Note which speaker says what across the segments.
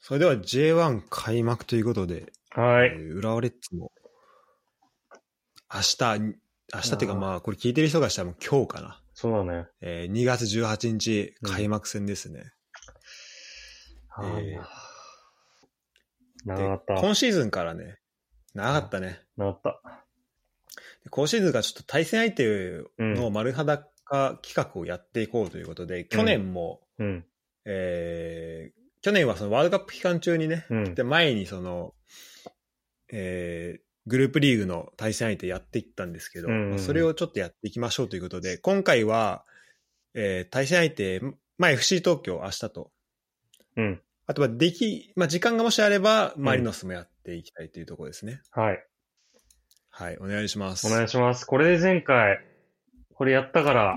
Speaker 1: それでは J1 開幕ということで、
Speaker 2: は
Speaker 1: え
Speaker 2: い。
Speaker 1: ー浦和レッズも、明日、明日っていうかまあ、これ聞いてる人がしたらもう今日かな。
Speaker 2: そうだね。
Speaker 1: えー2月18日開幕戦ですね。
Speaker 2: あ
Speaker 1: えー
Speaker 2: ー
Speaker 1: で
Speaker 2: 長かった。
Speaker 1: 今シーズンからね、長かったね。
Speaker 2: 長かった。
Speaker 1: で今シーズンからちょっと対戦相手
Speaker 2: う
Speaker 1: の
Speaker 2: ん。
Speaker 1: 丸裸企画をやっていこうということで、去年も、
Speaker 2: うん。
Speaker 1: えー去年はそのワールドカップ期間中にね、
Speaker 2: うん
Speaker 1: で。前にその、えーグループリーグの対戦相手やっていったんですけど、
Speaker 2: うんうんうん
Speaker 1: それをちょっとやっていきましょうということで、今回は、えー対戦相手、まあ、FC 東京、明日と、
Speaker 2: うん。
Speaker 1: あとはでき、まあ、時間がもしあれば、マリノスもやっていきたいというところですね。
Speaker 2: はい。
Speaker 1: はい、お願いします。
Speaker 2: お願いします。これで前回、これやったから、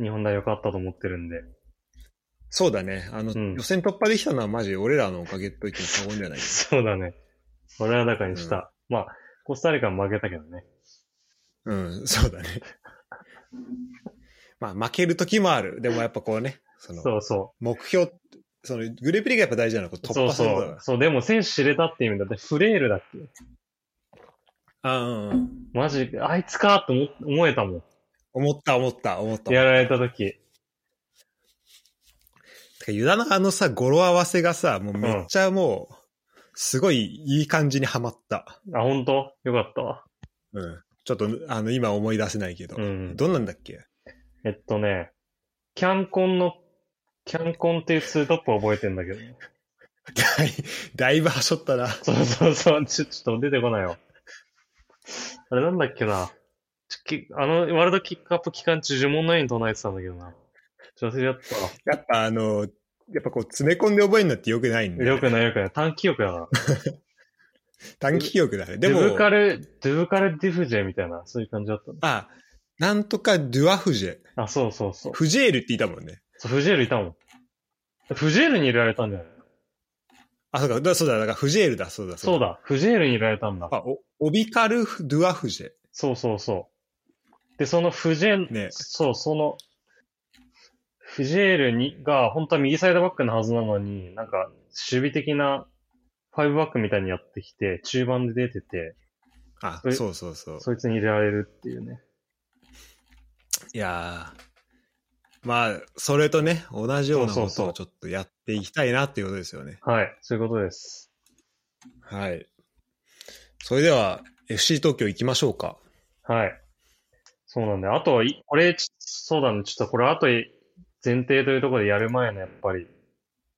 Speaker 2: 日本代良かったと思ってるんで。
Speaker 1: そうだね。あの、
Speaker 2: うん
Speaker 1: 予選突破できたのはマジ俺らのおかげと言っても過言じゃない。
Speaker 2: そうだね。俺は中にした。まあ、コスタリカも負けたけどね。
Speaker 1: うん、そうだね。 まあ、負ける時もある。でもやっぱこうね、その、
Speaker 2: そうそ
Speaker 1: 目標、その、グループリーグがやっぱ大事なのはこう
Speaker 2: う。
Speaker 1: 突
Speaker 2: そう
Speaker 1: 破す
Speaker 2: そ
Speaker 1: ることだ
Speaker 2: う。そう、でも選手知れたっていう意味だって、フレールだっけ
Speaker 1: あうんうん。
Speaker 2: マジ、あいつかと思思えたも
Speaker 1: 思った、思った、思った。
Speaker 2: ん。やられた時。
Speaker 1: てか、ユダのあのさ、語呂合わせがさ、もうめっちゃもう、すごいいい感じにはまった。
Speaker 2: あ、ほんとよかったわ。
Speaker 1: うん。ちょっと、あの、今思い出せないけど。
Speaker 2: うん
Speaker 1: どんなんだっけ
Speaker 2: えっとね、キャンコンの、キャンコンっていうツートップ覚えてんだけど。
Speaker 1: だいだいぶはしょったな。
Speaker 2: そうそうそう、ちょ、ちょっと出てこないよ。あれなんだっけな。ちょきあの、ワールドキックアップ期間中呪文のように唱えてたんだけどな。ちょっと忘れちゃっ
Speaker 1: やっぱあの、やっぱこう詰め込んで覚えるのって良くないん
Speaker 2: た。
Speaker 1: で。
Speaker 2: よくないよくない。短期力だな。
Speaker 1: 短期記憶だね。で
Speaker 2: デ
Speaker 1: も、
Speaker 2: ブカル、デブカルディフジェみたいな、そういう感じだったの
Speaker 1: あ、なんとかドゥアフジェ。
Speaker 2: あ、そうそうそう。
Speaker 1: フジェールって言ったもんね。
Speaker 2: そうフジェールいたもん。フジェールに入れられたんじゃない
Speaker 1: あ、そうか、だそうだ、だからフジェールだ、そうだ、
Speaker 2: そう。だ、フジェールに入れられたんだ。
Speaker 1: あ、お、オビカル・ドゥアフジェ。
Speaker 2: そうそうそう。で、そのフジェール、
Speaker 1: ね
Speaker 2: そう、その、フジェールにが、本当は右サイドバックのはずなのに、なんか、守備的な、ファイブバックみたいにやってきて、中盤で出てて、
Speaker 1: あ
Speaker 2: そ、れ
Speaker 1: そうそうそう。
Speaker 2: そいつに入れられるっていうね。
Speaker 1: いやーまあ、それとね、同じようなこ
Speaker 2: そうそう
Speaker 1: と
Speaker 2: そ
Speaker 1: を
Speaker 2: う
Speaker 1: ちょっとやっていきたいなっていうことですよね。
Speaker 2: はい、そういうことです。
Speaker 1: はい。それでは、FC 東京行きましょうか。
Speaker 2: はい。そうなんだよ。あと、いこれ、ちそうだね。ちょっとこれ、あとい、前提というところでやる前の、やっぱり、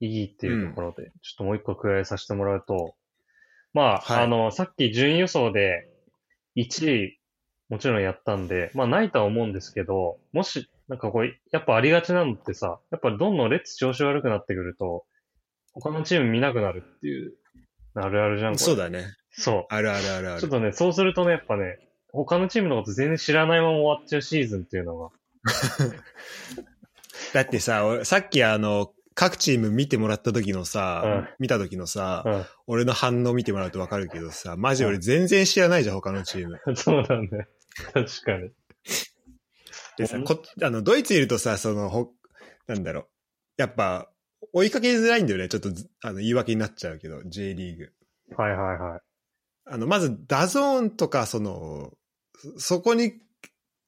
Speaker 2: 意義っていうところで、ちょっともう一個加えさせてもらうと、まあ、
Speaker 1: はい
Speaker 2: あの、さっき順位予想で、1位、もちろんやったんで、まあ、ないとは思うんですけど、もし、なんかこれ、やっぱありがちなのってさ、やっぱどんどんレッツ調子悪くなってくると、他のチーム見なくなるっていう、あるあるじゃん、これ
Speaker 1: そうだね。
Speaker 2: そう。
Speaker 1: あるあるあるあ
Speaker 2: ちょ
Speaker 1: る。
Speaker 2: っとね、そうするとね、やっぱね、他のチームのこと全然知らないまま終わっちゃうシーズンっていうのが。
Speaker 1: だってさ、俺さっきあの、各チーム見てもらった時のさ、
Speaker 2: うん
Speaker 1: 見た時のさ、
Speaker 2: う
Speaker 1: 俺の反応見てもらうとわかるけどさ、マジ俺全然知らないじゃん、他のチーム。
Speaker 2: ん。 そうだね。確かに。
Speaker 1: でさ
Speaker 2: うん
Speaker 1: こ、あの、ドイツいるとさ、その、ほ、なんだろう。やっぱ、追いかけづらいんだよね。ちょっとず、あの、言い訳になっちゃうけど、J リーグ。
Speaker 2: はいはいはい。
Speaker 1: あの、まず、ダゾーンとか、その、そそこに、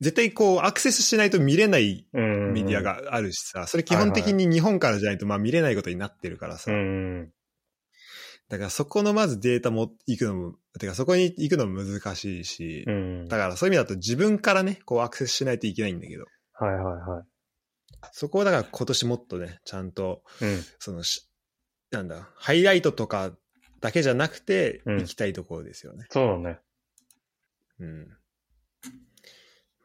Speaker 1: 絶対こう、アクセスしないと見れない
Speaker 2: うんうん。
Speaker 1: メディア。があるしさ、それ基本的に日本からじゃないと、まあ見れないことになってるからさ
Speaker 2: う、んうん。
Speaker 1: だからそこのまずデータも行くのも、てかそこに行くのも難しいし
Speaker 2: う、ん。
Speaker 1: だ
Speaker 2: はい
Speaker 1: からそういう意味だと自分からね、こうアクセスしないといけないんだけど、
Speaker 2: はいは
Speaker 1: そこをだから今年もっとね、ちゃんと
Speaker 2: い。うん。
Speaker 1: そのし、なんだ、ハイライトとかだけじゃなくて、
Speaker 2: うん
Speaker 1: 行きたいところですよね。
Speaker 2: そうだね。
Speaker 1: うん。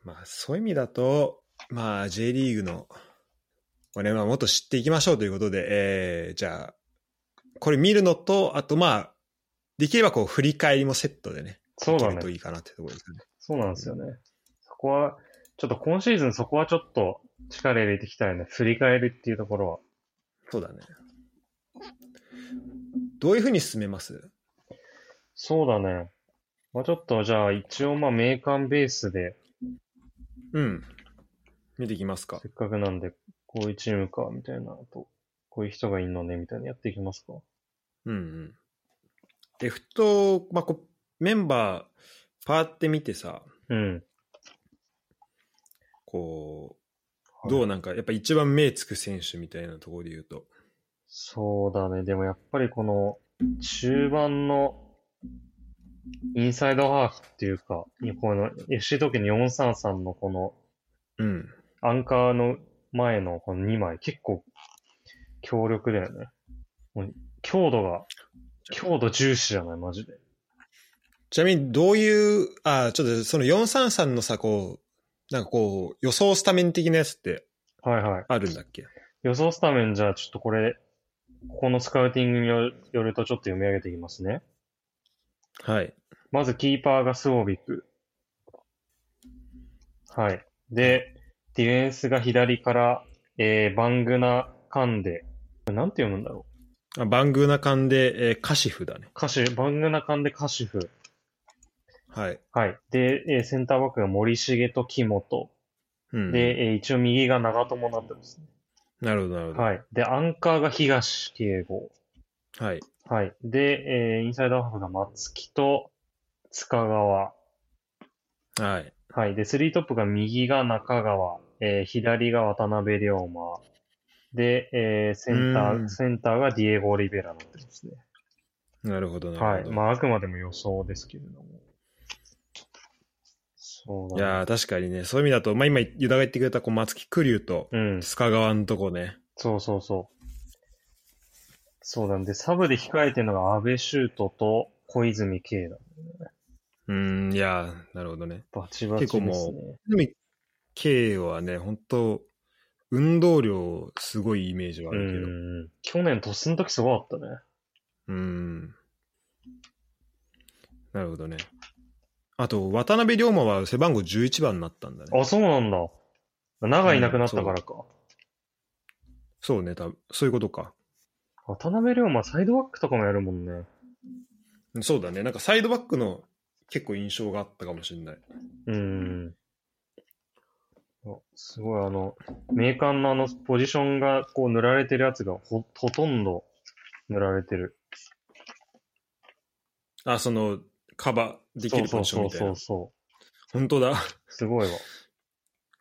Speaker 1: まあ、そういう意味だと、まあ、J リーグの、これはもっと知っていきましょうということで、えー、じゃあ、これ見るのと、あとまあ、できればこう、振り返りもセットでね、
Speaker 2: そうだ
Speaker 1: いけると
Speaker 2: ね。
Speaker 1: いいかなってところですね。
Speaker 2: そうなんですよね。そこは、ちょっと今シーズンそこはちょっと力入れていきたいね。振り返りっていうところは。
Speaker 1: そうだね。どういうふうに進めます
Speaker 2: そうだね。まあちょっとじゃあ一応まあ名鑑ベースで
Speaker 1: うん。見ていきますか
Speaker 2: せ。っかくなんで、こういうチームか、みたいなのと、こういう人がいるのね、みたいなのやっていきますか。
Speaker 1: うんうん。で、ふと、まあ、こうメンバー、パーって見てさ、
Speaker 2: うん。
Speaker 1: こう、
Speaker 2: はい
Speaker 1: どうなんか、やっぱ一番目つく選手みたいなところで言うと。
Speaker 2: そうだね。でもやっぱりこの中盤のインサイドハーフっていうか、この FC 時に433のこの
Speaker 1: うん。
Speaker 2: アンカーの前のこの2枚結構強力だよね。もう強度が、強度重視じゃないマジで。
Speaker 1: ちなみに、どういう、あ、ちょっとその433のさ、こう、なんかこう、予想スタメン的なやつって
Speaker 2: はいはい。
Speaker 1: あるんだっけ
Speaker 2: 予想スタメンじゃあちょっとこれ、ここのスカウティングによよるとちょっと読み上げていきますね。
Speaker 1: はい。
Speaker 2: まずキーパーがスウォビック。はい。で、ディフェンスが左から、えー、バングナ・カンデ。なんて読むんだろう。
Speaker 1: あバングーナ間で、えーカシフだね。
Speaker 2: カシバングナ・カンデ・カシフ。
Speaker 1: はい。
Speaker 2: はい。で、えーセンターバックが森重と木本。
Speaker 1: うん。
Speaker 2: で、えー一応右が長友になってますね。
Speaker 1: なるほど、なるほど。
Speaker 2: はい。で、アンカーが東慶吾。
Speaker 1: はい。
Speaker 2: はい。で、えーインサイドハーフが松木と塚川。
Speaker 1: はい。
Speaker 2: はい。で、スリートップが右が中川、えー左が渡辺龍馬。で、えーセンタ
Speaker 1: う
Speaker 2: ー、
Speaker 1: ん
Speaker 2: センターがディエゴ・オリベラになってますね。
Speaker 1: なるほど、な
Speaker 2: は
Speaker 1: る
Speaker 2: い。
Speaker 1: ほど。
Speaker 2: まあ、あくまでも予想ですけれども。そうだ、
Speaker 1: い
Speaker 2: ね。
Speaker 1: やー確かにね、そういう意味だと、まあ今、ユダが言ってくれた、こう、松木玖生と、
Speaker 2: うん。
Speaker 1: 須賀川のとこね。
Speaker 2: そうそうそう。そうなんで、サブで控えてるのが安倍修斗と小泉慶だ。
Speaker 1: うーん、いやーなるほどね。
Speaker 2: バチバチですね。
Speaker 1: 結構でも、K はね、本当運動量、すごいイメージはあ
Speaker 2: う
Speaker 1: るけど。
Speaker 2: ん。去年、トスの時すごかったね。
Speaker 1: うーん。なるほどね。あと、渡辺龍馬は背番号11番になったんだね。
Speaker 2: あ、そうなんだ。長いなくなったからか。
Speaker 1: そうね、多分そういうことか。
Speaker 2: 渡辺龍馬、サイドバックとかもやるもんね。
Speaker 1: そうだね、なんかサイドバックの結構印象があったかもしれない。
Speaker 2: うん。あすごい、あの、メーカーのあの、ポジションが、こう、塗られてるやつがほ、ほとんど塗られてる。
Speaker 1: あ、その、カバーできるポジションみたい
Speaker 2: そ
Speaker 1: な
Speaker 2: うそうそう。そう。
Speaker 1: 本当だ。
Speaker 2: すごいわ。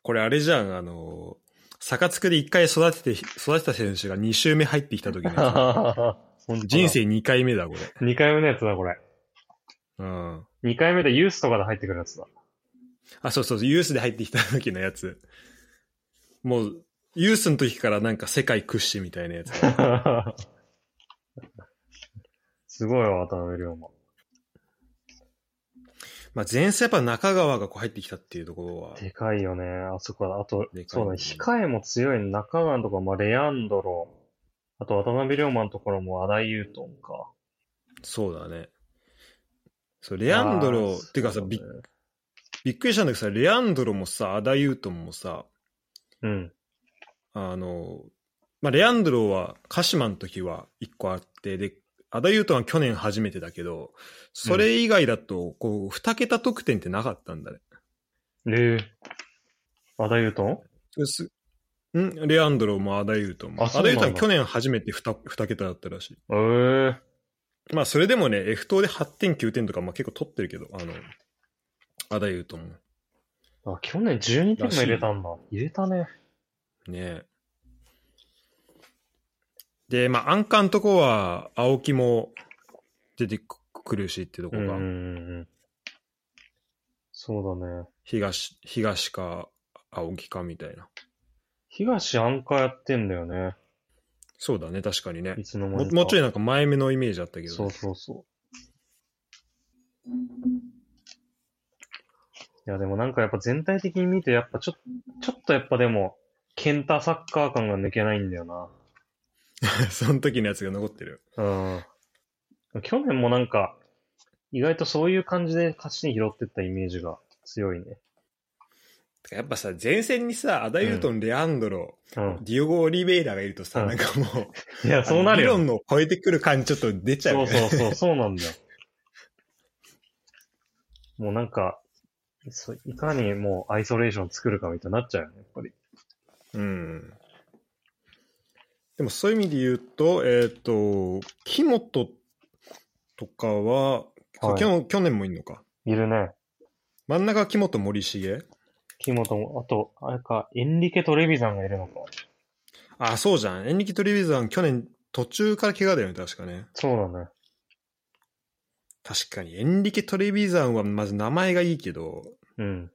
Speaker 1: これあれじゃん、あの、坂津区で一回育てて、育てた選手が2周目入ってきた時のやつ
Speaker 2: 本当だ
Speaker 1: 人生2回目だ、これ。
Speaker 2: 二回目のやつだ、これ。
Speaker 1: うん。
Speaker 2: 二回目でユースとかで入ってくるやつだ。
Speaker 1: あ、そうそうそう、ユースで入ってきた時のやつ。もう、ユースの時からなんか世界屈指みたいなや つ。
Speaker 2: すごいわ、渡辺龍馬。
Speaker 1: まあ、前世やっぱ中川がこう入ってきたっていうところは、
Speaker 2: でかいよね、あそこは。あと
Speaker 1: で、かい
Speaker 2: そうだね、控えも強いね中川のところ、まあ、レアンドロ、あと渡辺龍馬のところも荒井優斗か。
Speaker 1: そうだね。そう、レアンドロ、てかさ、
Speaker 2: ビ
Speaker 1: びびっくりしたんだけどさ、レアンドロもさ、アダユートンもさ、
Speaker 2: うん。
Speaker 1: あの、まあ、レアンドロは鹿島の時は1個あって、で、アダユートンは去年初めてだけど、それ以外だと、こう、2桁得点ってなかったんだね。
Speaker 2: で、和田優斗
Speaker 1: うすんレアンドロもアダユートンも。
Speaker 2: あ
Speaker 1: ア
Speaker 2: そう
Speaker 1: ダ
Speaker 2: な
Speaker 1: ユ
Speaker 2: ん
Speaker 1: ート
Speaker 2: だ
Speaker 1: ンは去年初めて 2, 2桁だったらしい。
Speaker 2: えー、
Speaker 1: まあ、それでもね、F 等で8点、9点とか、まあ結構取ってるけど、あの、アダユートンも。
Speaker 2: あ、去年12点も入れたんだ。入れたね。
Speaker 1: ねえで、まあ、アンカーのとこは、青木も出てくるしってとこ
Speaker 2: うんう
Speaker 1: が、
Speaker 2: んうんうん。そうだね。
Speaker 1: 東、東か、青木かみたいな。
Speaker 2: 東アンカーやってんだよね。
Speaker 1: そうだね、確かにね
Speaker 2: い。つの間
Speaker 1: も
Speaker 2: にか。
Speaker 1: もうちょいなんか前目のイメージあったけどね、
Speaker 2: そうそうそう。いや、でもなんかやっぱ全体的に見て、やっぱちょ、ちょっとやっぱでも、ケンタサッカー感が抜けないんだよな。
Speaker 1: その時のやつが残ってる。
Speaker 2: うん。去年もなんか、意外とそういう感じで勝ちに拾ってったイメージが強いね。
Speaker 1: てかやっぱさ、前線にさ、アダユートン、レアンドロ、
Speaker 2: うん。
Speaker 1: ディオゴ・オリベイラがいるとさ、
Speaker 2: うん
Speaker 1: なんかもう、
Speaker 2: いや、 そうなる
Speaker 1: あの
Speaker 2: よ。
Speaker 1: 理論の超えてくる感じちょっと出ちゃう
Speaker 2: そ
Speaker 1: よね。
Speaker 2: うそうそう、そうなんだよ。もうなんか、そいかにもうアイソレーション作るかみたいになっちゃうよね、やっぱり。
Speaker 1: うん。でもそういう意味で言うと、えっ、と、木本とかは、
Speaker 2: はい
Speaker 1: 去去年もいんのか。
Speaker 2: いるね。
Speaker 1: 真ん中は木本森重
Speaker 2: 木本も、あと、あれか、エンリケ・トレビザンがいるのか。
Speaker 1: あ、そうじゃん。エンリキ・トリビザン、去年途中から怪我だよね、確かね。
Speaker 2: そうだね。
Speaker 1: 確かに。エンリケ・トレビザンは、まず名前がいいけど、
Speaker 2: うん。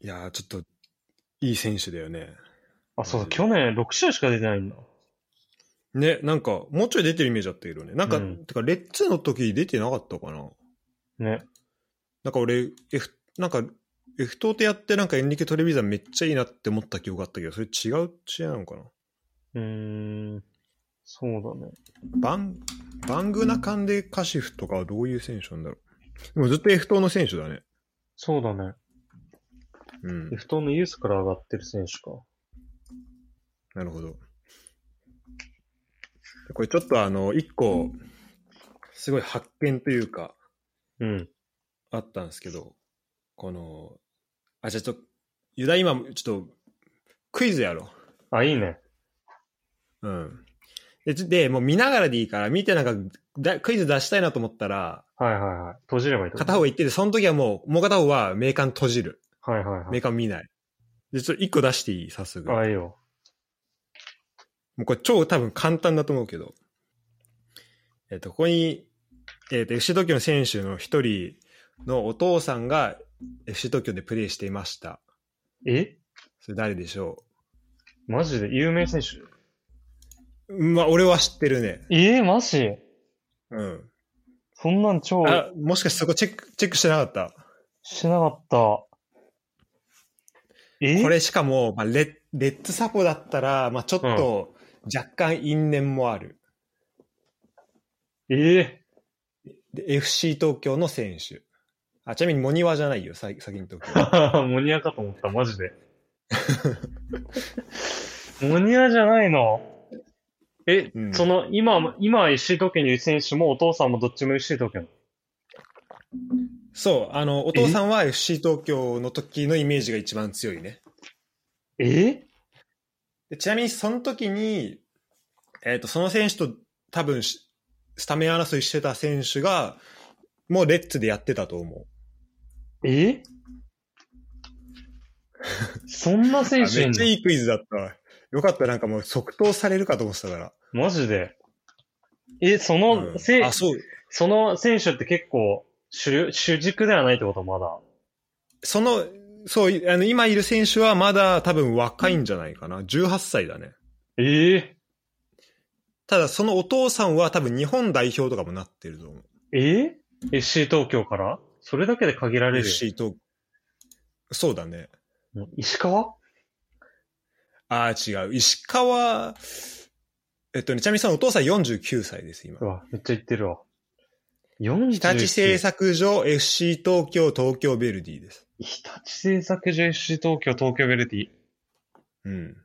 Speaker 1: いやー、ちょっと、いい選手だよね。
Speaker 2: あ、そう
Speaker 1: う
Speaker 2: だ、
Speaker 1: ん
Speaker 2: 去年6試合しか出てないんだ。
Speaker 1: ね、なんか、もうちょい出てるイメージあったけどね。なんか、
Speaker 2: うん
Speaker 1: てか、レッツの時出てなかったかな。
Speaker 2: ね。
Speaker 1: なんか俺、F、なんか、F 等でやって、なんかエンリケ・トレビザンめっちゃいいなって思った記憶があったけど、それ違う試合なのかな。
Speaker 2: うーん。そうだね。
Speaker 1: バン、バングナカンデ・カシフとかはどういう選手なんだろう。でもずっと F 等の選手だね。
Speaker 2: そうだね。
Speaker 1: うん。
Speaker 2: F 党のユースから上がってる選手か。
Speaker 1: なるほど。これちょっとあの、一個、すごい発見というか、
Speaker 2: うん。
Speaker 1: あったんですけど、この、あ、じゃあちょっと、ユダ今、ちょっと、クイズやろ
Speaker 2: あ、いいね。
Speaker 1: う。うん。で、ちでもう見ながらでいいから、見てなんか、だクイズ出したいなと思ったら、
Speaker 2: はいはいはい。閉じればいいってこと
Speaker 1: 片方行ってて、その時はもう、もう片方はメーカー閉じる。
Speaker 2: はいはいは
Speaker 1: メー
Speaker 2: い。
Speaker 1: カー見ない。で、ちょっと一個出していい早速。
Speaker 2: あ、いいよ。
Speaker 1: もうこれ超多分簡単だと思うけど。えっ、と、ここに、えっ、と、FC 東京の選手の一人のお父さんが FC 東京でプレーしていました。
Speaker 2: え
Speaker 1: それ誰でしょ
Speaker 2: マジで有名選手
Speaker 1: ううんまあ、俺は知ってるね。
Speaker 2: えー、マジ
Speaker 1: うん。
Speaker 2: そんなん超
Speaker 1: あ、もしかしてそこチェック、チェックしてなかった。
Speaker 2: しなかった。え
Speaker 1: これしかも、まあ、レレッツサポだったら、まあ、ちょっと若干因縁もある。
Speaker 2: ええ
Speaker 1: で FC 東京の選手。あ、ちなみにモニワじゃないよ、さ先に東京。
Speaker 2: ー、 モニアかと思った、マジで。モニアじゃないの。え、
Speaker 1: うん
Speaker 2: その、今、今 FC 東京にいる選手もお父さんもどっちも FC 東京なの。
Speaker 1: そう、あの、お父さんは FC 東京の時のイメージが一番強いね。
Speaker 2: え
Speaker 1: でちなみにその時に、えっ、と、その選手と多分しスタメン争いしてた選手が、もうレッツでやってたと思
Speaker 2: えそんな
Speaker 1: う。あ
Speaker 2: 選
Speaker 1: めっ
Speaker 2: 手いん
Speaker 1: ちゃ
Speaker 2: の
Speaker 1: いいクイズだったわ。よかった、なんかもう即答されるかと思ってたから。
Speaker 2: マジで。え、その、
Speaker 1: うん
Speaker 2: せ
Speaker 1: あ、そう。
Speaker 2: その選手って結構主、主軸ではないってことまだ。
Speaker 1: その、そう、いあの、今いる選手はまだ多分若いんじゃないかな。18歳だね。
Speaker 2: ええ
Speaker 1: ただ、そのお父さんは多分日本代表とかもなってると思う。
Speaker 2: え ?FC 東京からそれだけで限られるよ。
Speaker 1: FC 東そうだね。
Speaker 2: うん石川
Speaker 1: ああ、違う。石川、えっとね、ちなみにそのお父さん49歳です、今
Speaker 2: う。わ、めっちゃ言ってるわ。49
Speaker 1: 日立製作所 FC 東京東京ベルディです。
Speaker 2: 日立製作所 FC 東京、東京ベルディ。
Speaker 1: うん。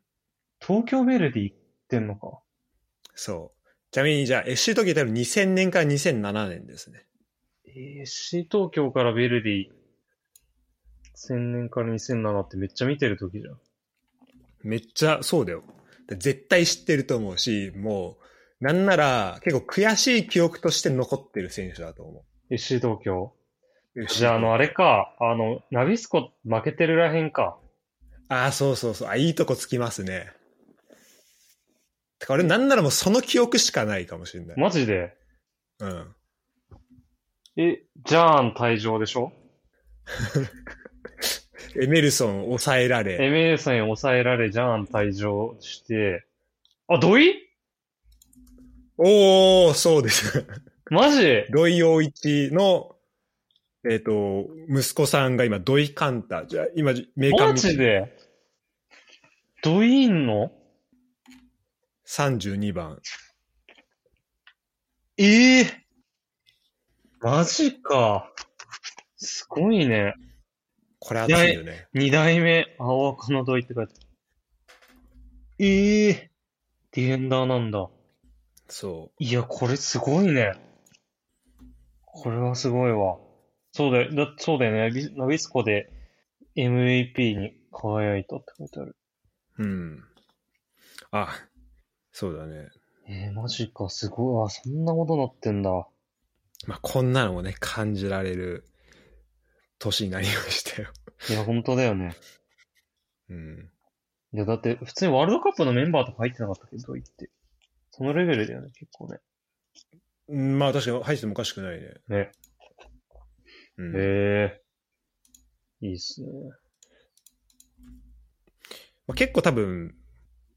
Speaker 2: 東京ベルディ行ってんのか。
Speaker 1: そう。ちなみにじゃあ FC 東京多分2000年から2007年ですね。
Speaker 2: えー FC 東京からベルディ。1000年から2007ってめっちゃ見てる時じゃん。
Speaker 1: めっちゃそうだよ。絶対知ってると思うし、もう、なんなら結構悔しい記憶として残ってる選手だと思
Speaker 2: FC 東京。
Speaker 1: う。
Speaker 2: じゃあ、あの、あれか。あの、ナビスコ負けてるらへんか。
Speaker 1: ああ、そうそうそう。あ、いいとこつきますね。てか俺なんならもうその記憶しかないかもしれない。
Speaker 2: マジで。
Speaker 1: うん。
Speaker 2: え、ジャーン退場でしょ
Speaker 1: エメルソン抑えられ。
Speaker 2: エメルソンに抑えられ、ジャーン退場して、あ、土井
Speaker 1: おー、そうです。
Speaker 2: マジ
Speaker 1: 土井陽一の、えっ、と、息子さんが今、土井カンタ。じゃあ今、メーカー
Speaker 2: マ
Speaker 1: 見て
Speaker 2: ジで土井いんの
Speaker 1: 32番。
Speaker 2: ええマジか。すごいね。
Speaker 1: これ熱いよね。
Speaker 2: 二代目、青赤の土井って書いてある。ええディフェンダーなんだ。
Speaker 1: そ
Speaker 2: いや、これすごいね。これはすごいわ。そうだよ、だそうだよね。ビナビスコで MVP に輝いたって書いてある。
Speaker 1: う。うん。あ、そうだね。
Speaker 2: えー、マジか、すごい。あ、そんなことなってんだ。
Speaker 1: まあ、こんなのもね、感じられる年になりましたよ。
Speaker 2: いや、本当だよね。
Speaker 1: うん。
Speaker 2: いや、だって、普通にワールドカップのメンバーとか入ってなかったっけど、ドイツって。そのレベルだよね、結構ね。
Speaker 1: うんまあ、確かに入っててもおかしくないね。
Speaker 2: ね。
Speaker 1: うん。
Speaker 2: へえ。いいっすね。
Speaker 1: まあ、結構多分、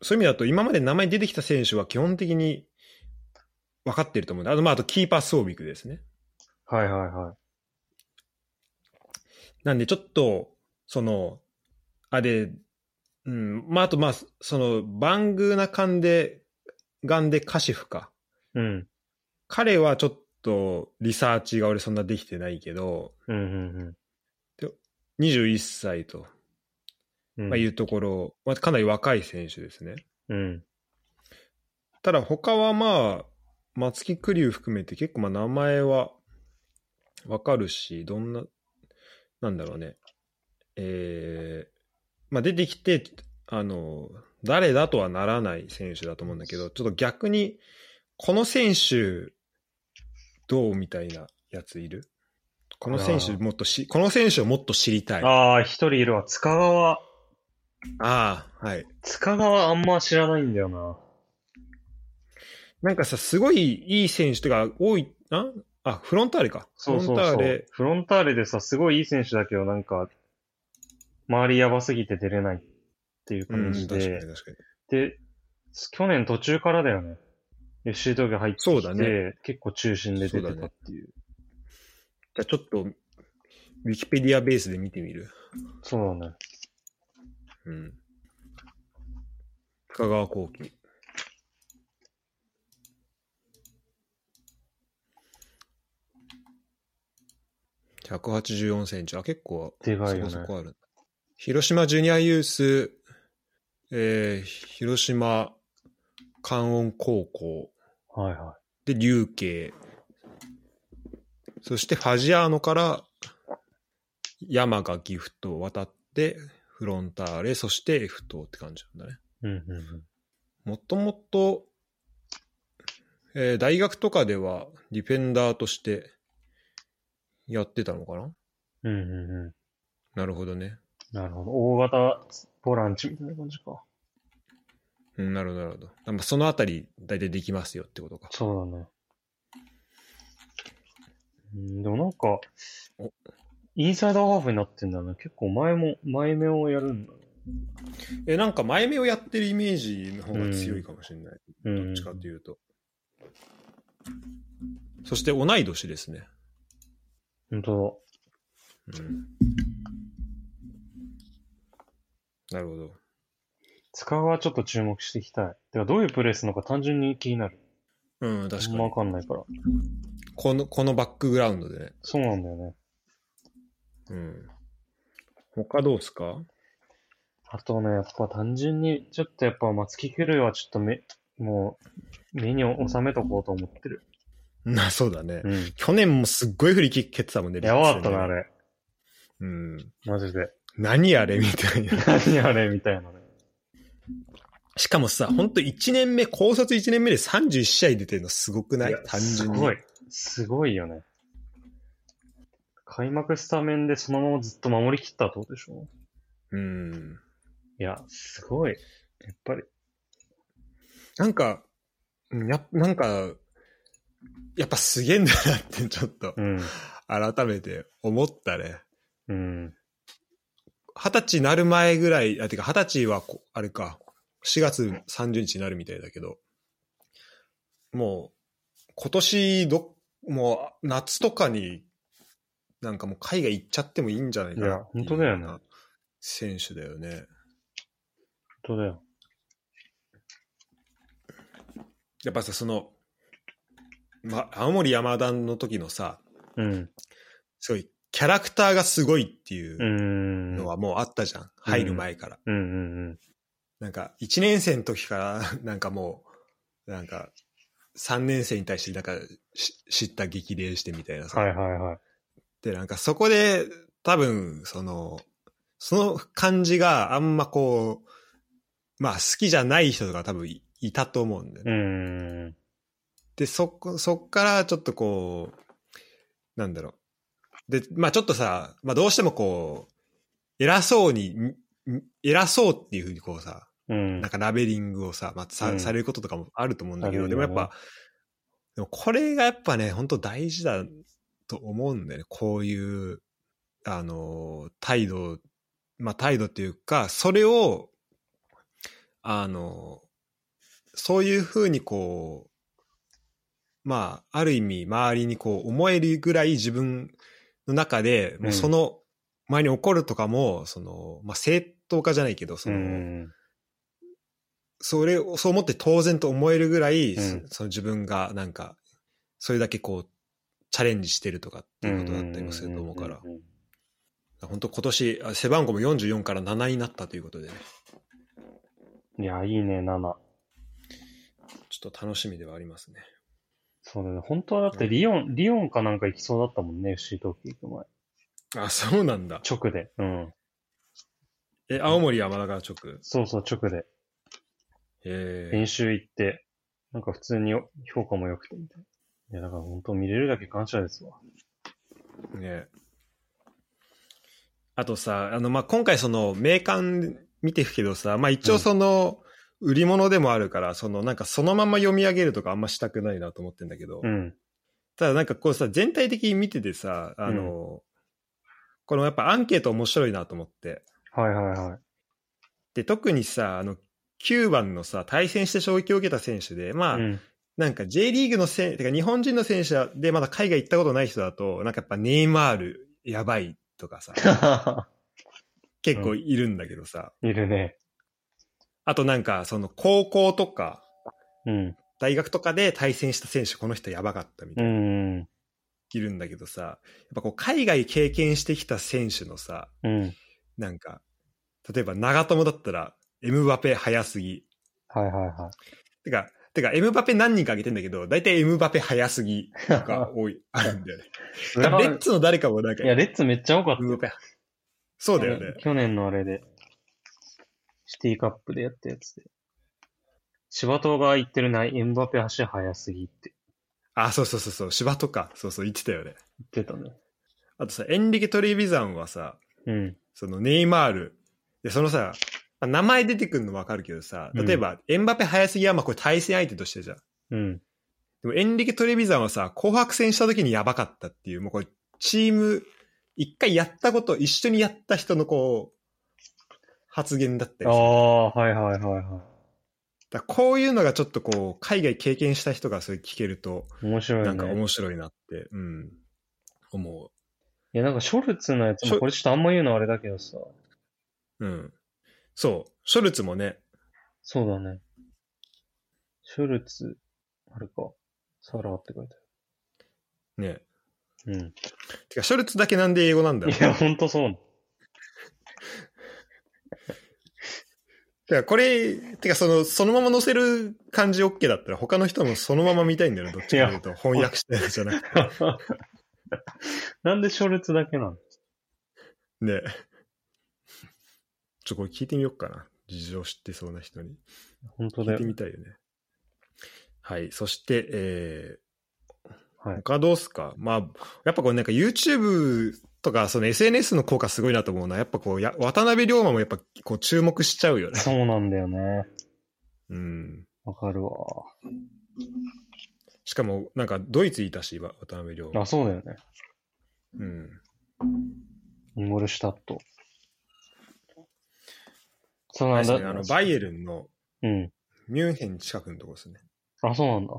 Speaker 1: そういう意味だと、今まで名前出てきた選手は基本的に分かってると思うんで、あと、まあ、あとキーパー装備ですね。
Speaker 2: はいはいは
Speaker 1: なんで、ちょっと、その、あれ、うん、まあ、あと、まあ、その、バングーナカンで、ガンでカシフか。
Speaker 2: い。うん。
Speaker 1: 彼はちょっと、リサーチが俺そんなできてないけど、
Speaker 2: うんうん
Speaker 1: 21歳と、
Speaker 2: うん。
Speaker 1: まあ、いうところ、まあ、かなり若い選手ですね。
Speaker 2: うん。
Speaker 1: ただ他はまあ、松木玖生含めて結構まあ名前はわかるし、どんな、なんだろうね。えー、まあ出てきて、あの、誰だとはならない選手だと思うんだけど、ちょっと逆に、この選手、どうみたいなやついるこの選手もっとし、この選手をもっと知りたい。あ
Speaker 2: ああ、一人いるわ。塚川。
Speaker 1: あー、はい。
Speaker 2: 塚川あんま知らないんだよな。
Speaker 1: なんかさ、すごいいい選手とか多い、ああ、フロンターレか。
Speaker 2: そうそう
Speaker 1: フロン
Speaker 2: そ
Speaker 1: ターレ
Speaker 2: う。。フロンターレでさ、すごいいい選手だけど、なんか、周りやばすぎて出れないっていう
Speaker 1: うん、
Speaker 2: 感じ
Speaker 1: 確かに
Speaker 2: で、
Speaker 1: 確かに。
Speaker 2: で、去年途中からだよね。FC 東京入ってきて、
Speaker 1: そうだね
Speaker 2: 結構中心で出てた
Speaker 1: そうだね
Speaker 2: っていう。
Speaker 1: じゃあちょっと、ウィキペディアベースで見てみる。
Speaker 2: そうだね。
Speaker 1: うん。深川幸喜。184センチ。あ、結構、
Speaker 2: でかいよね
Speaker 1: そこそこある。広島ジュニアユース、えー、広島関音高校。
Speaker 2: はいは
Speaker 1: で、竜慶。そして、ファジアーノから、山がギフトを渡って、フロンターレ、そして F 等って感じなんだね。
Speaker 2: い。うんうん
Speaker 1: もともと、えー大学とかではディフェンダーとしてやってたのかな
Speaker 2: うん。うんうんう
Speaker 1: なるほどね。
Speaker 2: ん。なるほど。大型ボランチみたいな感じか。
Speaker 1: うん、なるほど、なるほど。なんかそのあたり、大体できますよってことか。
Speaker 2: そうだね。うんでもなんか
Speaker 1: お、
Speaker 2: インサイドハーフになってんだな。結構前も、前目をやるんだね。
Speaker 1: え、なんか前目をやってるイメージの方が強いかもしれない。
Speaker 2: うん。
Speaker 1: どっちかというと。そして同い年ですね。
Speaker 2: 本当
Speaker 1: うん。なるほど。
Speaker 2: だ。塚川ちょっと注目していきたい。てか、どういうプレーするのか単純に気になる。
Speaker 1: うん、確か
Speaker 2: あんま
Speaker 1: に
Speaker 2: わ。かんないから。
Speaker 1: この、このバックグラウンドでね。
Speaker 2: そうなんだよね。
Speaker 1: うん。他どうですか
Speaker 2: あとね、やっぱ単純に、ちょっとやっぱ松木玖生はちょっと目、もう、目に収めとこうと思ってる。
Speaker 1: な、そうだね。
Speaker 2: うん。
Speaker 1: 去年もすっごい振り切ってたもんね。
Speaker 2: やばかったな、あ
Speaker 1: れ。
Speaker 2: れ。
Speaker 1: うん。
Speaker 2: マジで。
Speaker 1: 何あれみたいな。
Speaker 2: 何あれみたいなね。
Speaker 1: しかもさ、ほんと1年目、高卒1年目で31試合出てるのすごくない
Speaker 2: や
Speaker 1: 単純に。
Speaker 2: すごい。。すごいよね。開幕スタメンでそのままずっと守りきったってことでしょ
Speaker 1: うん。
Speaker 2: いや、すごい。やっぱり。
Speaker 1: なんか、うんやっなんか、やっぱすげえんだなって ちょっと
Speaker 2: うん。
Speaker 1: 改めて思ったね。
Speaker 2: うん。
Speaker 1: 二十歳になる前ぐらい、あ、てか二十歳はこ、あれか、4月30日になるみたいだけど、もう、今年ど、もう、夏とかに、なんかもう海外行っちゃってもいいんじゃないかな。
Speaker 2: いや本当だよね。
Speaker 1: 選手だよね。
Speaker 2: 本当だよ。
Speaker 1: やっぱさ、その、ま、青森山田の時のさ、
Speaker 2: うん。
Speaker 1: すごい、キャラクターがすごいっていう
Speaker 2: ー。
Speaker 1: うんのはもうあったじゃん。入る前から。
Speaker 2: うんうんうん。
Speaker 1: なんか、1年生の時から、 なんかもう、なんか、3年生に対して、なんか、し知った激励してみたいなさ。
Speaker 2: はいはいはい。
Speaker 1: で、なんかそこで、多分、その、その感じがあんまこう、まあ好きじゃない人とか多分いいたと思うんだよね。
Speaker 2: うん。
Speaker 1: で、そこ、そっからちょっとこう、なんだろう。で、まあちょっとさ、まあどうしてもこう、偉そうに、んん偉そうっていうふうにこうさ、
Speaker 2: うん
Speaker 1: なん。かラベリングをさ、まあ、さ
Speaker 2: うん
Speaker 1: されることとかもあると思うんだけ
Speaker 2: あ
Speaker 1: ど、
Speaker 2: る
Speaker 1: で
Speaker 2: よ
Speaker 1: も
Speaker 2: ね
Speaker 1: やっぱ、でもこれがやっぱね、本当大事だと思うんだよね。こういう、あの、態度、まあ、態度っていうか、それを、あの、そういうふうにこう、まあ、ある意味、周りにこう、思えるぐらい自分の中で、もうその、前に起こるとかも、その、まあ、正当化じゃないけど、その、
Speaker 2: うん。
Speaker 1: それを、そう思って当然と思えるぐらい、
Speaker 2: うん
Speaker 1: そその自分がなんか、それだけこう、チャレンジしてるとかっていうことだったりもすると思うから
Speaker 2: ん、んうん
Speaker 1: 本当今年、あ背番号も44から7になったということでね、
Speaker 2: いや、いいね、7。
Speaker 1: ちょっと楽しみではありますね。
Speaker 2: そうだね。本当はだってリオン、リオンかなんか行きそうだったもんね、FC 東京行く前。
Speaker 1: あ、そうなんだ。
Speaker 2: 直で。うん。
Speaker 1: え、青森山田が直。
Speaker 2: そうそう、直で。
Speaker 1: えー
Speaker 2: 練習行って、なんか普通に評価も良くてみたいな。いや、だから本当見れるだけ感謝ですわ。
Speaker 1: ねあとさ、あの、まあ、今回その、名鑑見てるけどさ、まあ、一応その、売り物でもあるから、その、なんかそのまま読み上げるとかあんましたくないなと思ってんだけど、
Speaker 2: うん。
Speaker 1: ただなんかこうさ、全体的に見ててさ、あの、このやっぱアンケート面白いなと思って。
Speaker 2: はいはいはい。
Speaker 1: で、特にさ、あの、9番のさ、対戦して衝撃を受けた選手で、まあ、
Speaker 2: うん。
Speaker 1: なんか J リーグのせん、てか日本人の選手でまだ海外行ったことない人だと、なんかやっぱネイマールやばいとか さ、結構いるんだけどさ、
Speaker 2: いるね。
Speaker 1: あとなんかその高校とか
Speaker 2: うん。
Speaker 1: 大学とかで対戦した選手、この人やばかったみた
Speaker 2: う
Speaker 1: いな、
Speaker 2: ん。うん
Speaker 1: いるんだけどさ、やっぱこう海外経験してきた選手のさ、
Speaker 2: うん。
Speaker 1: なんか、例えば長友だったら、エムバペ早すぎ。
Speaker 2: はいは
Speaker 1: てか、てか、エムバペ何人か挙げてんだけど、大体エムバペ早すぎが多い、あるんだよね。
Speaker 2: い
Speaker 1: だか
Speaker 2: は
Speaker 1: ら
Speaker 2: い。
Speaker 1: レッツの誰かもなんか、
Speaker 2: いや、
Speaker 1: エ
Speaker 2: レッツめっちゃ多かった。
Speaker 1: ムバペ。そうだよね。
Speaker 2: 去年のあれで、シティカップでやったやつで。柴戸が言ってるな、エンバペ足速すぎって
Speaker 1: あ、そうそうそうそう、芝とか、そうそう、言ってたよね。
Speaker 2: 言ってたね。
Speaker 1: あとさ、エンリケ・トリビザンはさ、
Speaker 2: うん。
Speaker 1: そのネイマール、で、そのさ、まあ名前出てくるの分かるけどさ、例えば、エムバペ早すぎは、まあこれ対戦相手としてじゃん。
Speaker 2: うん。
Speaker 1: でもエンリケ・トレビザンはさ、紅白戦した時にやばかったっていう、もうこれ、チーム、一回やったこと、一緒にやった人のこう、発言だった
Speaker 2: あ
Speaker 1: りする
Speaker 2: あ、はいはいはいは
Speaker 1: だからこういうのがちょっとこう、海外経験した人がそれ聞けると、
Speaker 2: い。面白いね。
Speaker 1: なんか面白いなって、うん、思
Speaker 2: いや、なんかショルツのやつ
Speaker 1: シ
Speaker 2: も、
Speaker 1: ョ
Speaker 2: これちょっとあんま言うのあれだけどさ。
Speaker 1: う。うん。そう。ショルツもね、
Speaker 2: そうだね。ショルツ、あれか。サラーって書いて
Speaker 1: ね。
Speaker 2: ある。
Speaker 1: てか、ショルツだけなんで英語なん
Speaker 2: う
Speaker 1: だ
Speaker 2: ん。
Speaker 1: ろ。
Speaker 2: いうや、ほんとそう。
Speaker 1: てか、これ、てか、その、そのまま載せる感じ OK だったら、他の人もそのまま見たいんだよね、どっちかというと。翻訳してじゃなくて。
Speaker 2: なんでショルツだけなの
Speaker 1: ね。 ちょ、これ聞いてみようかな。事情知ってそうな人に。
Speaker 2: 本当だ
Speaker 1: 聞い
Speaker 2: よ
Speaker 1: て。みたいよね。はい。そして、えー、
Speaker 2: はい
Speaker 1: 他どうっすかまあ、やっぱこれなんか YouTube とか、その SNS の効果すごいなと思うな。やっぱこう、や渡辺龍馬もやっぱこう注目しちゃうよね。
Speaker 2: そうなんだよね。
Speaker 1: うん。
Speaker 2: わかるわ。
Speaker 1: しかも、なんかドイツいたし、わ渡辺龍馬
Speaker 2: あ、。そうだよね。
Speaker 1: うん。
Speaker 2: インゴルシュタット。そう
Speaker 1: あれ
Speaker 2: なん
Speaker 1: で
Speaker 2: だ。
Speaker 1: すねあの、バイエルンの
Speaker 2: うん。
Speaker 1: ミュンヘン近くのとこですね。
Speaker 2: あ、そうなんだ。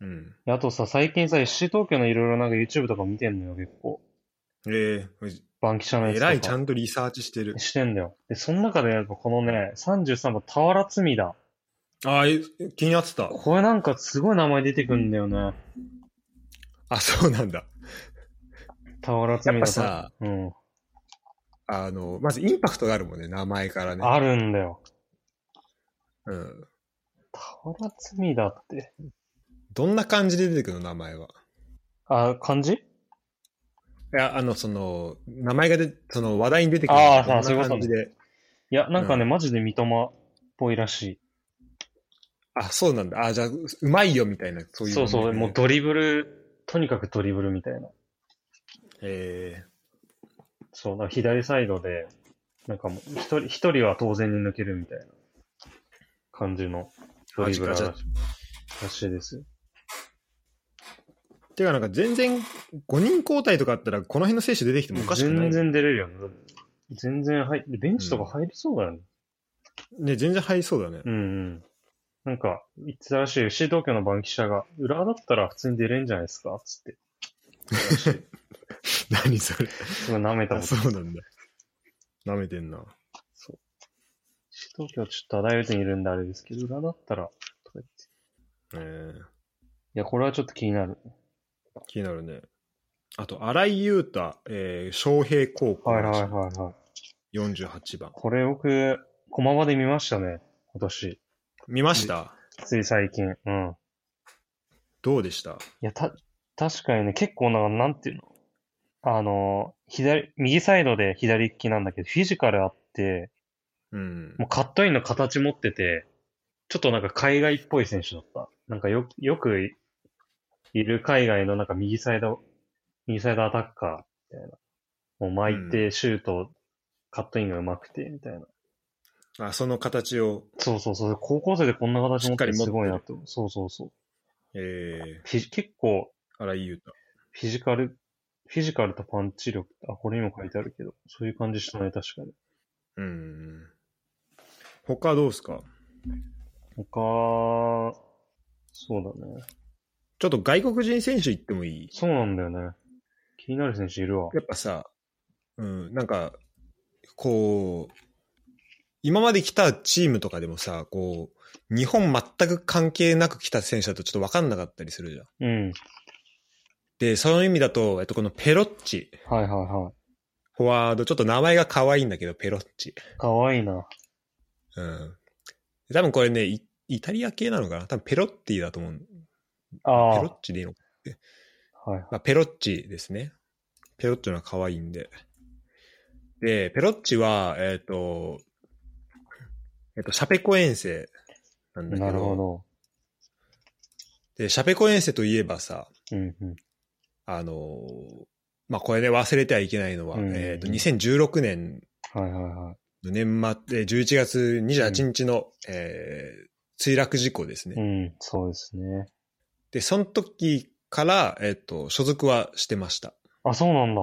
Speaker 1: うん。
Speaker 2: あとさ、最近さ、FC 東京のいろいろなんか YouTube とか見てんのよ、結構。
Speaker 1: えー、
Speaker 2: バンキシャのや
Speaker 1: えら
Speaker 2: つ
Speaker 1: いちゃ
Speaker 2: と
Speaker 1: んとリサーチしてる
Speaker 2: か。してんだよ。で、その中でなんかこのね、33番、俵ワラツミだ。
Speaker 1: ああ、え気になってた。
Speaker 2: これなんかすごい名前出てくんだよね。
Speaker 1: あ、そうなんだ。
Speaker 2: 俵ワラツ
Speaker 1: やっ
Speaker 2: ミ
Speaker 1: ぱ
Speaker 2: だ。
Speaker 1: さ、
Speaker 2: うん。
Speaker 1: あの、まずインパクトがあるもんね、名前からね。
Speaker 2: あるんだよ。
Speaker 1: うん。
Speaker 2: 俵ワラツミだって。
Speaker 1: どんな感じで出てくるの、名前は。
Speaker 2: あ、漢字
Speaker 1: いや、あの、その、名前がで、その話題に出てくる
Speaker 2: あー
Speaker 1: どんな
Speaker 2: そういうこと
Speaker 1: 感じで。
Speaker 2: いや、なんかね、
Speaker 1: う
Speaker 2: マジで三笘っぽいらしい。
Speaker 1: あ、そうなんだ。あ、じゃあ、ううまいよみたいな、そういう、
Speaker 2: そうそう、もうドリブル、とにかくドリブルみたいな。
Speaker 1: え
Speaker 2: そう、だから左サイドで、なんかもう、一人、一人は当然に抜けるみたいな感じのドリブラーら
Speaker 1: マ
Speaker 2: しらしいですよ。
Speaker 1: ー、てか、なんか全然、5人交代とかあったら、この辺の選手出てきてもおかしくない。
Speaker 2: 全然出れるよね。全然入って、ベンチとか入りそうだよね。
Speaker 1: ね、全然入りそうだね。
Speaker 2: うん、うん。なんか、言ってたらしい、FC 東京の番記者が、裏だったら普通に出れんじゃないですかつって。
Speaker 1: 何それ。
Speaker 2: すごい舐めたこ
Speaker 1: あ、
Speaker 2: と。
Speaker 1: そうなんだ。舐めてんな。
Speaker 2: FC 東京ちょっと大学にいるんであれですけど、裏だったら、とか言って。
Speaker 1: えー、
Speaker 2: いや、これはちょっと気になる。
Speaker 1: 気になるね。あと、新井優太、えー、昌平高校、
Speaker 2: はいはいはいはい。
Speaker 1: 48番。
Speaker 2: これ僕、駒場で見ましたね。今年。
Speaker 1: 見ました
Speaker 2: つい最近。うん。
Speaker 1: どうでした
Speaker 2: いや、た、確かにね、結構なんか、なんていうのあの、左、右サイドで左利きなんだけど、フィジカルあって、
Speaker 1: うん。
Speaker 2: もうカットインの形持ってて、ちょっとなんか海外っぽい選手だった。なんかよ、よくいいる海外のなんか右サイド、右サイドアタッカーみたいな。もう巻いて、シュート、カットインが上手くて、みたいな。
Speaker 1: あ、その形を、
Speaker 2: そうそうそう。高校生でこんな形持ってて
Speaker 1: しっかり持ってる
Speaker 2: すごいなって思う。そうそうそう。
Speaker 1: え
Speaker 2: フィジ結構、
Speaker 1: ー、新井優太。
Speaker 2: フィジカル、フィジカルとパンチ力、あ、これにも書いてあるけど、そういう感じしたね、確かに。
Speaker 1: うん。他どうですか
Speaker 2: 他、そうだね。
Speaker 1: ちょっと外国人選手行ってもいい
Speaker 2: そうなんだよね。気になる選手いるわ。
Speaker 1: やっぱさ、うん、なんか、こう、今まで来たチームとかでもさ、こう、日本全く関係なく来た選手だとちょっと分かんなかったりするじゃん。
Speaker 2: うん。
Speaker 1: で、その意味だと、えっと、このペロッチ、
Speaker 2: はいはいは
Speaker 1: フォワード、ちょっと名前が可愛いんだけど、ペロッチ。
Speaker 2: い。かわいいな。
Speaker 1: うん。多分これね、イイタリア系なのかな多分ペロッティだと思う。ペ
Speaker 2: ああ。
Speaker 1: ロッチでいいのか
Speaker 2: はい。
Speaker 1: まあ、ペロッチですね。ペロッチのは可愛いんで。で、ペロッチは、えっ、と、えっ、と、シャペコ遠征なんだけど。
Speaker 2: なるほど。
Speaker 1: で、シャペコ遠征といえばさ、
Speaker 2: うんうん。
Speaker 1: あのーまあ、これね、忘れてはいけないのは、
Speaker 2: うん
Speaker 1: えっ、と、2016年
Speaker 2: はいはいはい。
Speaker 1: の年末、えー11月28日の、えー墜落事故ですね。
Speaker 2: うん、そうですね。
Speaker 1: で、その時から、えっ、と、所属はしてました。
Speaker 2: あ、そうなんだ。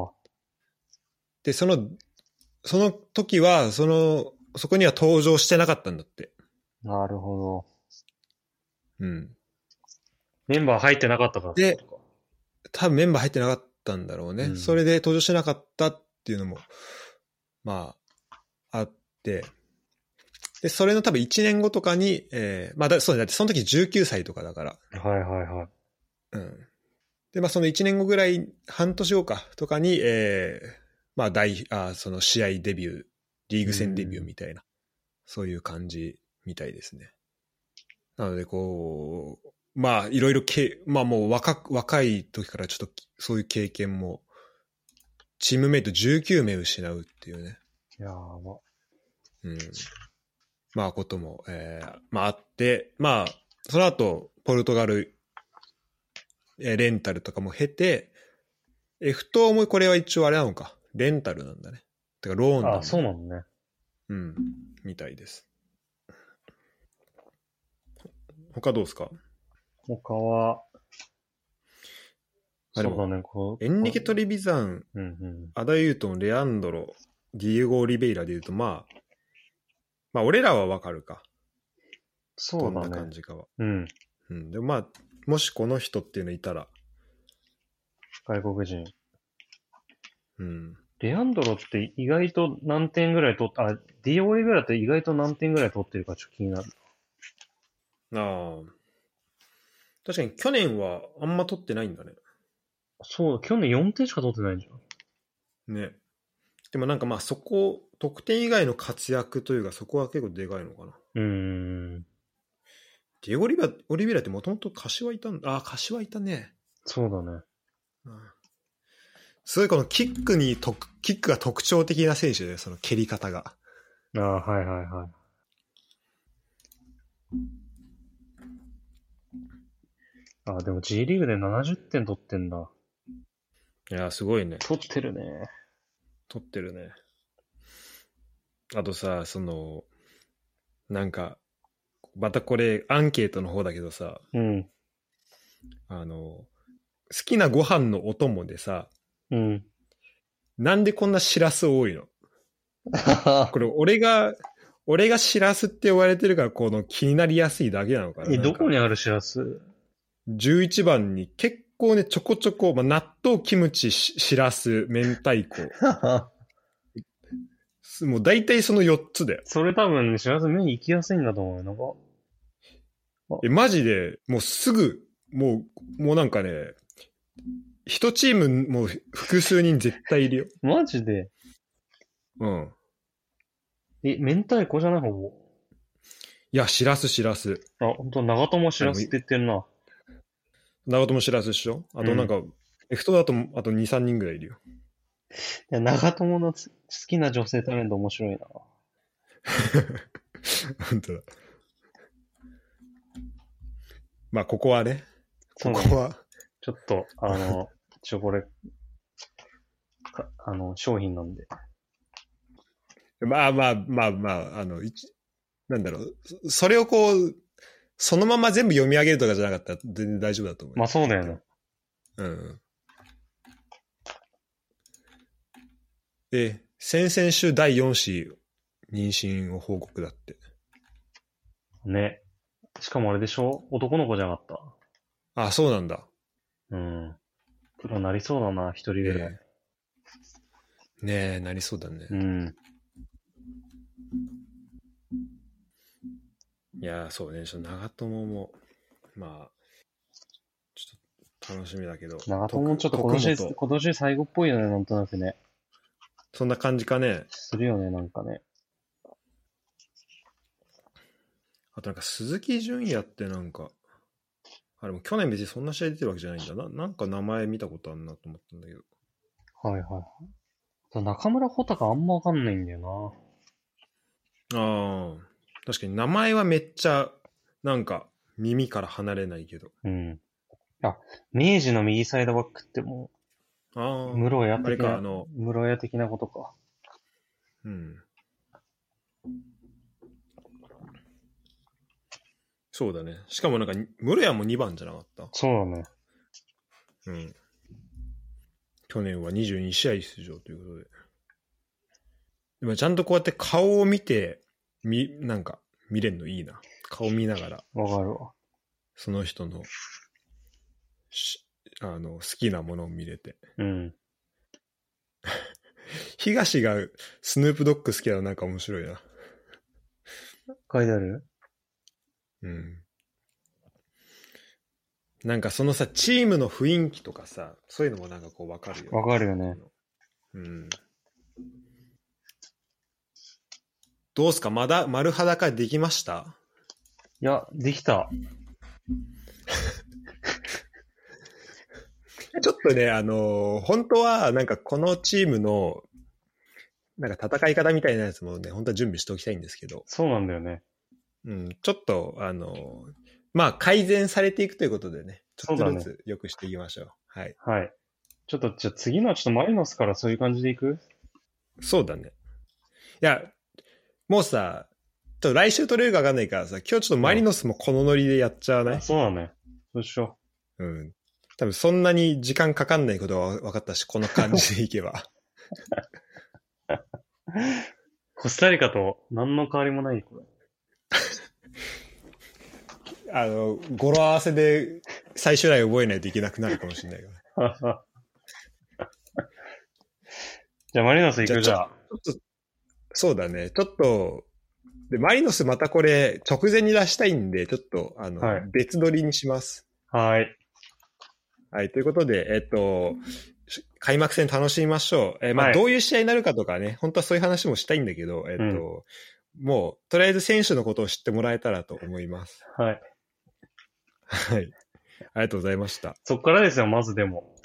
Speaker 1: で、その、その時は、その、そこには登場してなかったんだって。
Speaker 2: なるほど。
Speaker 1: うん。
Speaker 2: メンバー入ってなかったから。
Speaker 1: で、多分メンバー入ってなかったんだろうね。
Speaker 2: うん
Speaker 1: それで登場してなかったっていうのも、まあ、あって。で、それの多分1年後とかに、えーまあだ、そうだ、だってその時19歳とかだから。
Speaker 2: はいはいはい。
Speaker 1: うん。で、まあその1年後ぐらい、半年後か、とかに、えーまあ大、あその試合デビュー、リーグ戦デビューみたいな、そういう感じみたいですね。なので、こう、まあいろいろけ、まあもう若く、若い時からちょっとそういう経験も、チームメイト19名失うっていうね、
Speaker 2: いやー、ま
Speaker 1: うん。まあことも、えーまああって、まあ、その後、ポルトガル、えーレンタルとかも経て、F 等もこれは一応あれなのか、レンタルなんだね。てか、ローンなんだ
Speaker 2: あ、そうなのね。
Speaker 1: うん、みたいです。他どうですか
Speaker 2: 他は、
Speaker 1: あ
Speaker 2: そう
Speaker 1: でも
Speaker 2: だね、こう。
Speaker 1: エンリケ・
Speaker 2: こ
Speaker 1: トリビザン、
Speaker 2: ううんうん。
Speaker 1: アダユートン、レアンドロ、ディエゴ・オリベイラで言うと、まあ、まあ、俺らはわかるか。
Speaker 2: そ
Speaker 1: どんな
Speaker 2: うだ
Speaker 1: 感
Speaker 2: ね。
Speaker 1: じかは。
Speaker 2: うん。
Speaker 1: うん、でもまあ、もしこの人っていうのいたら、
Speaker 2: 外国人。
Speaker 1: うん。
Speaker 2: レアンドロって意外と何点ぐらい取っあ、DOA ぐらいって意外と何点ぐらい取ってるかちょっと気になる。
Speaker 1: ああ。確かに去年はあんま取ってないんだね。
Speaker 2: そう、去年4点しか取ってないじゃん。
Speaker 1: ね。でもなんかまあそこ、得点以外の活躍というかそこは結構でかいのかな。
Speaker 2: うーん。
Speaker 1: ディエゴリベラ・オリベラってもともと柏いたんだ。ああ、柏いたね。
Speaker 2: そうだね。
Speaker 1: うんすごいこのキックにと、キックが特徴的な選手で、その蹴り方が。
Speaker 2: あーはいはいはい。あ、でも G リーグで70点取ってんだ。
Speaker 1: いや、すごいね。
Speaker 2: 取ってるね。
Speaker 1: 取ってるね。あとさ、その、なんか、またこれアンケートの方だけどさ、
Speaker 2: うん。
Speaker 1: あの、好きなご飯のお供でさ、
Speaker 2: うん。
Speaker 1: なんでこんなしらす多いのこれ俺が、俺がしらすって呼ばれてるから、この気になりやすいだけなのかな。
Speaker 2: え、どこに
Speaker 1: なんか
Speaker 2: あるしら す
Speaker 1: ?11 番に結構ね、ちょこちょこ、まあ、納豆、キムチ、ししらす、明太子。すもう大体その4つだよ。
Speaker 2: それ多分、しらす目に行きやすいんだと思うよ。なんか、
Speaker 1: え、マジで、もうすぐ、もう、もうなんかね、一チームもう複数人絶対いるよ。
Speaker 2: マジで。
Speaker 1: うん。
Speaker 2: え、明太子じゃないほ
Speaker 1: いや、しらす、しらす。
Speaker 2: ぼ。あ、ほんと、長友しらすって言ってるな。
Speaker 1: 長友しらすでしょあとなんか、エフトだと、あと2、3人ぐらいいるよ。
Speaker 2: いや、長友のつ好きな女性タレント面白いな。
Speaker 1: 本当だ。まあ、ここはね、
Speaker 2: そ
Speaker 1: こ
Speaker 2: うだね
Speaker 1: こは、
Speaker 2: ちょっと、あの、一応これ、かあの、商品なんで。
Speaker 1: まあまあまあまあ、あの、一なんだろう、そそれをこう、そのまま全部読み上げるとかじゃなかったら全然大丈夫だと思う。
Speaker 2: まあそうだよね。
Speaker 1: うん。で、先々週第4子、妊娠を報告だって。
Speaker 2: ね。しかもあれでしょ男の子じゃなかっ
Speaker 1: あ、そうなんだ。
Speaker 2: た。うん。プロなりそうだな、一人ぐ
Speaker 1: ね
Speaker 2: らい。
Speaker 1: えねえ、なりそうだね。
Speaker 2: うん。
Speaker 1: いやー、そうね、ちょっと長友も、まあ、ちょっと楽しみだけど。
Speaker 2: 長友もちょっと
Speaker 1: 徳
Speaker 2: 今年、
Speaker 1: 徳本
Speaker 2: 今年最後っぽいよね、なんとなくね。
Speaker 1: そんな感じかね。
Speaker 2: するよね、なんかね。
Speaker 1: あとなんか鈴木純也ってなんか、あれも去年別にそんな試合出てるわけじゃないんだな。なんか名前見たことあるなと思ったんだけど。
Speaker 2: はいはいはい。そう中村穂高あんまわかんないんだよ
Speaker 1: ああ、確かに名前はめっちゃ、なんか耳から離れないけど。
Speaker 2: な。うん。あ、明治の右サイドバックっても
Speaker 1: あ
Speaker 2: う、
Speaker 1: あ、
Speaker 2: 室屋
Speaker 1: あれ
Speaker 2: 的
Speaker 1: か、
Speaker 2: な
Speaker 1: あ、の、
Speaker 2: 室屋的なことか。
Speaker 1: うん。そうだね。しかもなんか、室屋も2番じゃなかっ
Speaker 2: そうだね。
Speaker 1: た。うん。去年は22試合出場ということで。でもちゃんとこうやって顔を見て、み、なんか、見れんのいいな。顔見ながら、
Speaker 2: わかるわ。
Speaker 1: その人の、し、あの、好きなものを見れて。
Speaker 2: うん。
Speaker 1: 東がスヌープドッグ好きなのなんか面白いな。
Speaker 2: 書いてある
Speaker 1: うん。なんかそのさ、チームの雰囲気とかさ、そういうのもなんかこうわかるよ、
Speaker 2: わかるよね。
Speaker 1: うん。どうすかまだ丸裸できました
Speaker 2: いや、できた。
Speaker 1: ちょっとね、あのー本当はなんかこのチームの、なんか戦い方みたいなやつもね、本当は準備しておきたいんですけど、
Speaker 2: そうなんだよね。
Speaker 1: うん、ちょっと、あのーまあ改善されていくということでね、ちょっと
Speaker 2: そうだね
Speaker 1: ずつ良くしていきましょう。はい。
Speaker 2: はい。ちょっと、じゃあ次のはちょっとマリノスからそういう感じでいく
Speaker 1: そうだね。いや、もうさ、ちょっと来週取れるか分かんないからさ、今日ちょっとマリノスもこのノリでやっちゃわない、
Speaker 2: そうだね。そうしよ
Speaker 1: うん、多分そんなに時間かかんないことは分かったし、この感じでいけば。
Speaker 2: う。コスタリカと何の変わりもない、 これ。
Speaker 1: あの、語呂合わせで最終来覚えないといけなくなるかもしれないから。
Speaker 2: じゃあマリノス行くじ
Speaker 1: じ
Speaker 2: ゃ
Speaker 1: ゃ
Speaker 2: あ。
Speaker 1: そうだね。ちょっと、で、マリノスまたこれ直前に出したいんで、ちょっと、あの、
Speaker 2: はい
Speaker 1: 別撮りにします。
Speaker 2: はい。
Speaker 1: はい、ということで、えっと、し開幕戦楽しみましょう。えーまあ、
Speaker 2: はい
Speaker 1: どういう試合になるかとかね、本当はそういう話もしたいんだけど、えっと、もう、とりあえず選手のことを知ってもらえたらと思います。
Speaker 2: はい。
Speaker 1: はい。ありがとうございました。
Speaker 2: そっからですよ、まずでも。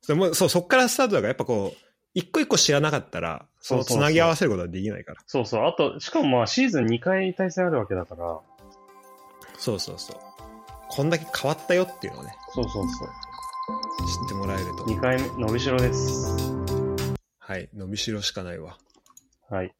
Speaker 1: それもそう、そっからスタートだから、やっぱこう、一個一個知らなかったら、その
Speaker 2: そ
Speaker 1: つ
Speaker 2: うそうそう
Speaker 1: なぎ合わせることはできないから。
Speaker 2: そうそう。あと、しかもまあシーズン2回対戦あるわけだから、
Speaker 1: そうそうそうこんだけ変わったよっていうのをね、
Speaker 2: そうそうそう。
Speaker 1: 知ってもらえると。
Speaker 2: 2回目、伸びしろです。
Speaker 1: はい、伸びしろしかないわ。
Speaker 2: はい。